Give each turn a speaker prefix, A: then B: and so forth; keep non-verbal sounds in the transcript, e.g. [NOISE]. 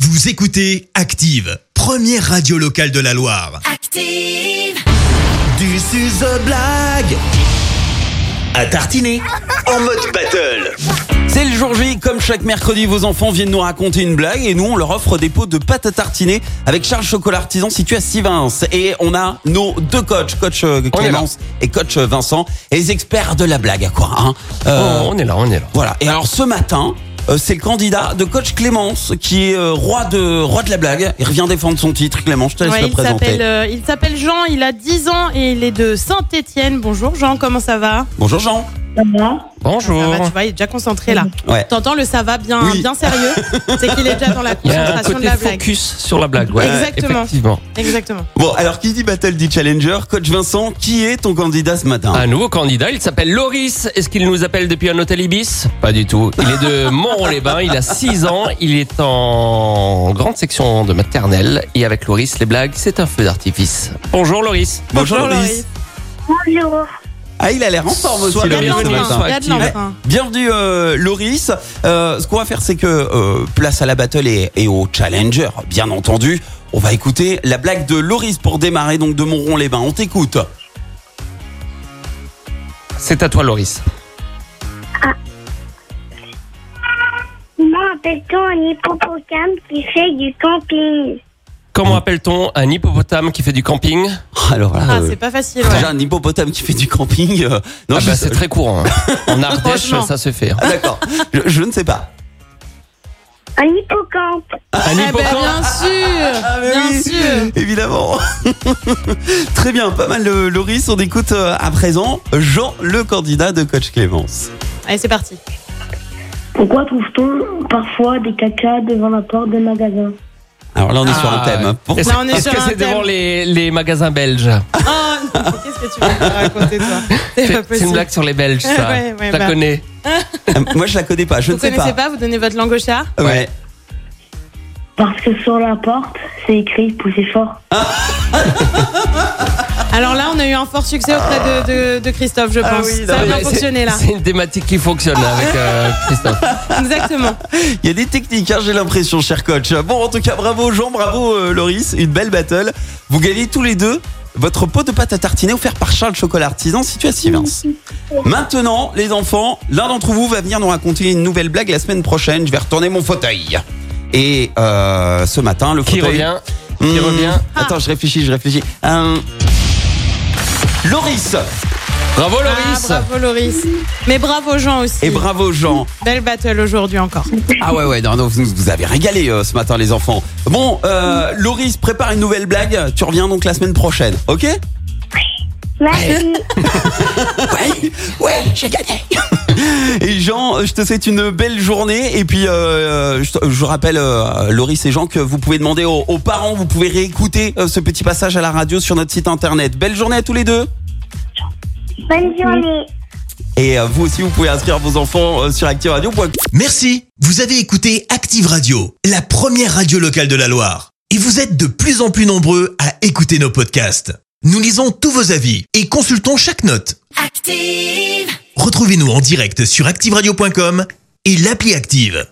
A: Vous écoutez Active, première radio locale de la Loire.
B: Active.
C: Du suzo blague à tartiner en mode battle.
D: C'est le jour J, comme chaque mercredi, vos enfants viennent nous raconter une blague et nous on leur offre des pots de pâte à tartiner avec Charles Chocolat Artisan situé à Sivins. Et on a nos deux coachs, coach euh, Clémence et coach euh, Vincent, et les experts de la blague, quoi. Hein. Euh,
E: Oh, on est là, on est là.
D: Voilà. Et alors ce matin, euh, c'est le candidat de coach Clémence qui est euh, roi de roi de la blague. Il revient défendre son titre. Clémence, je te laisse
F: Ouais,
D: le
F: il s'appelle
D: présenter.
F: euh, il s'appelle Jean, il a 10 ans et il est de Saint-Étienne. Bonjour Jean, comment ça va
D: Bonjour Jean.
E: Bonjour.
F: Ça va, tu vois, il est déjà concentré là.
D: Ouais.
F: T'entends le ça va bien
D: Oui.
F: bien sérieux C'est qu'il est déjà
D: [LAUGHS]
F: dans la
E: Il y a un
F: concentration de
E: côté
F: la blague.
E: focus sur la blague. Ouais,
F: Exactement.
E: Effectivement.
F: Exactement.
D: Bon, alors qui dit battle dit challenger. Coach Vincent, qui est ton candidat ce matin
E: Un nouveau candidat, il s'appelle Loris. Est-ce qu'il nous appelle depuis un hôtel Ibis Pas du tout. Il est de Montron-les-Bains, il a 6 ans, il est en grande section de maternelle. Et avec Loris, les blagues, c'est un feu d'artifice. Bonjour Loris.
F: Loris.
B: Bonjour.
D: Ah, il a l'air en forme aussi,
E: Soit
F: Il y a de
D: Loris,
E: Loris,
D: ce
E: bienvenue,
F: l'entrain,
D: matin.
F: il y a de
E: soit active.
F: l'entrain.
D: Bienvenue, euh, Loris. Euh, ce qu'on va faire, c'est que euh, place à la battle et, et au challenger, bien entendu. On va écouter la blague de Loris pour démarrer, donc de Monron-les-Bains. On t'écoute.
E: C'est à toi Loris.
B: Comment appelle-t-on un hippopotame qui fait du camping
E: Comment appelle-t-on un hippopotame qui fait du camping
D: Alors là,
F: Ah,
D: euh,
F: c'est pas facile. ouais.
D: déjà un hippopotame qui fait du camping. euh, non,
E: Ah
D: je
E: bah,
D: sais-
E: C'est très courant. hein. [LAUGHS] En Ardèche,
F: Franchement.
E: ça se fait. hein.
D: Ah, D'accord. je, je ne sais pas.
B: Un hippocampe.
E: Un
F: Eh ben,
E: hippocampe
F: bien sûr.
D: Ah, mais
F: bien
D: oui,
F: sûr.
D: Évidemment. [LAUGHS] très bien, pas mal, euh, Loris. On écoute euh, à présent Jean, le candidat de Coach Clémence.
F: Allez,
D: [LAUGHS]
F: c'est parti.
G: Pourquoi trouve-t-on parfois des cacas devant la porte des magasins
D: Alors là, on est sur un
E: Ah,
D: thème. hein.
E: ouais.
D: Pourquoi
E: Est-ce
F: Là, Bah, on est
E: est-ce
F: sur
E: que
F: un
E: c'est
F: thème.
E: devant les, les magasins belges
F: Oh, qu'est-ce que tu veux me raconter toi C'est pas
E: C'est c'est une
F: possible.
E: blague sur les Belges, ça.
F: [LAUGHS] Ouais, ouais,
E: Je la
F: bah.
E: connais.
D: Euh, [LAUGHS] Moi, je la connais pas. Je
F: Vous
D: ne sais
F: connaissez pas, vous donnez votre langue au chat
D: Ouais.
G: Parce que sur la porte, c'est écrit poussez fort.
F: Alors là, on a eu un fort succès auprès de, de- de Christophe, je pense.
D: Ah oui, non,
F: ça a
D: mais
F: bien
E: C'est-
D: [LAUGHS]
F: fonctionné là.
E: C'est une thématique qui fonctionne là, avec
F: [LAUGHS]
E: euh, Christophe.
F: Exactement.
D: Il y a des techniques, hein, j'ai l'impression, cher coach. Bon, en tout cas, bravo Jean, bravo euh, Loris, une belle battle. Vous gagnez tous les deux votre pot de pâte à tartiner offert par Charles Chocolat Artisan situé à Sivins. Maintenant, les enfants, l'un d'entre vous va venir nous raconter une nouvelle blague la semaine prochaine. Je vais retourner mon fauteuil. Et euh, ce matin, le
E: Qui
D: fauteuil...
E: revient Qui
D: Hmm,
E: revient
D: Attends, je réfléchis, je réfléchis. Euh, Loris
E: Bravo
F: Ah,
E: Loris
F: bravo Loris. Mais bravo Jean aussi.
D: Et bravo Jean
F: Belle battle aujourd'hui encore.
D: Ah ouais ouais non, non, vous, vous avez régalé euh, ce matin les enfants. Bon euh, Loris prépare une nouvelle blague, tu reviens donc la semaine prochaine, ok [LAUGHS]
B: Merci.
D: Ouais ouais j'ai gagné Et Jean euh, je te souhaite une belle journée et puis euh, je, te- je rappelle euh, Loris et Jean que vous pouvez demander aux, aux parents, vous pouvez réécouter euh, ce petit passage à la radio sur notre site internet. Belle journée à tous les deux
B: Bonne journée.
D: Et euh, vous aussi vous pouvez inscrire vos enfants euh, sur activeradio.com
A: Merci. Vous avez écouté Active Radio, la première radio locale de la Loire. Et vous êtes de plus en plus nombreux à écouter nos podcasts. Nous lisons tous vos avis et consultons chaque note.
B: Active.
A: Retrouvez-nous en direct sur activeradio.com et l'appli Active.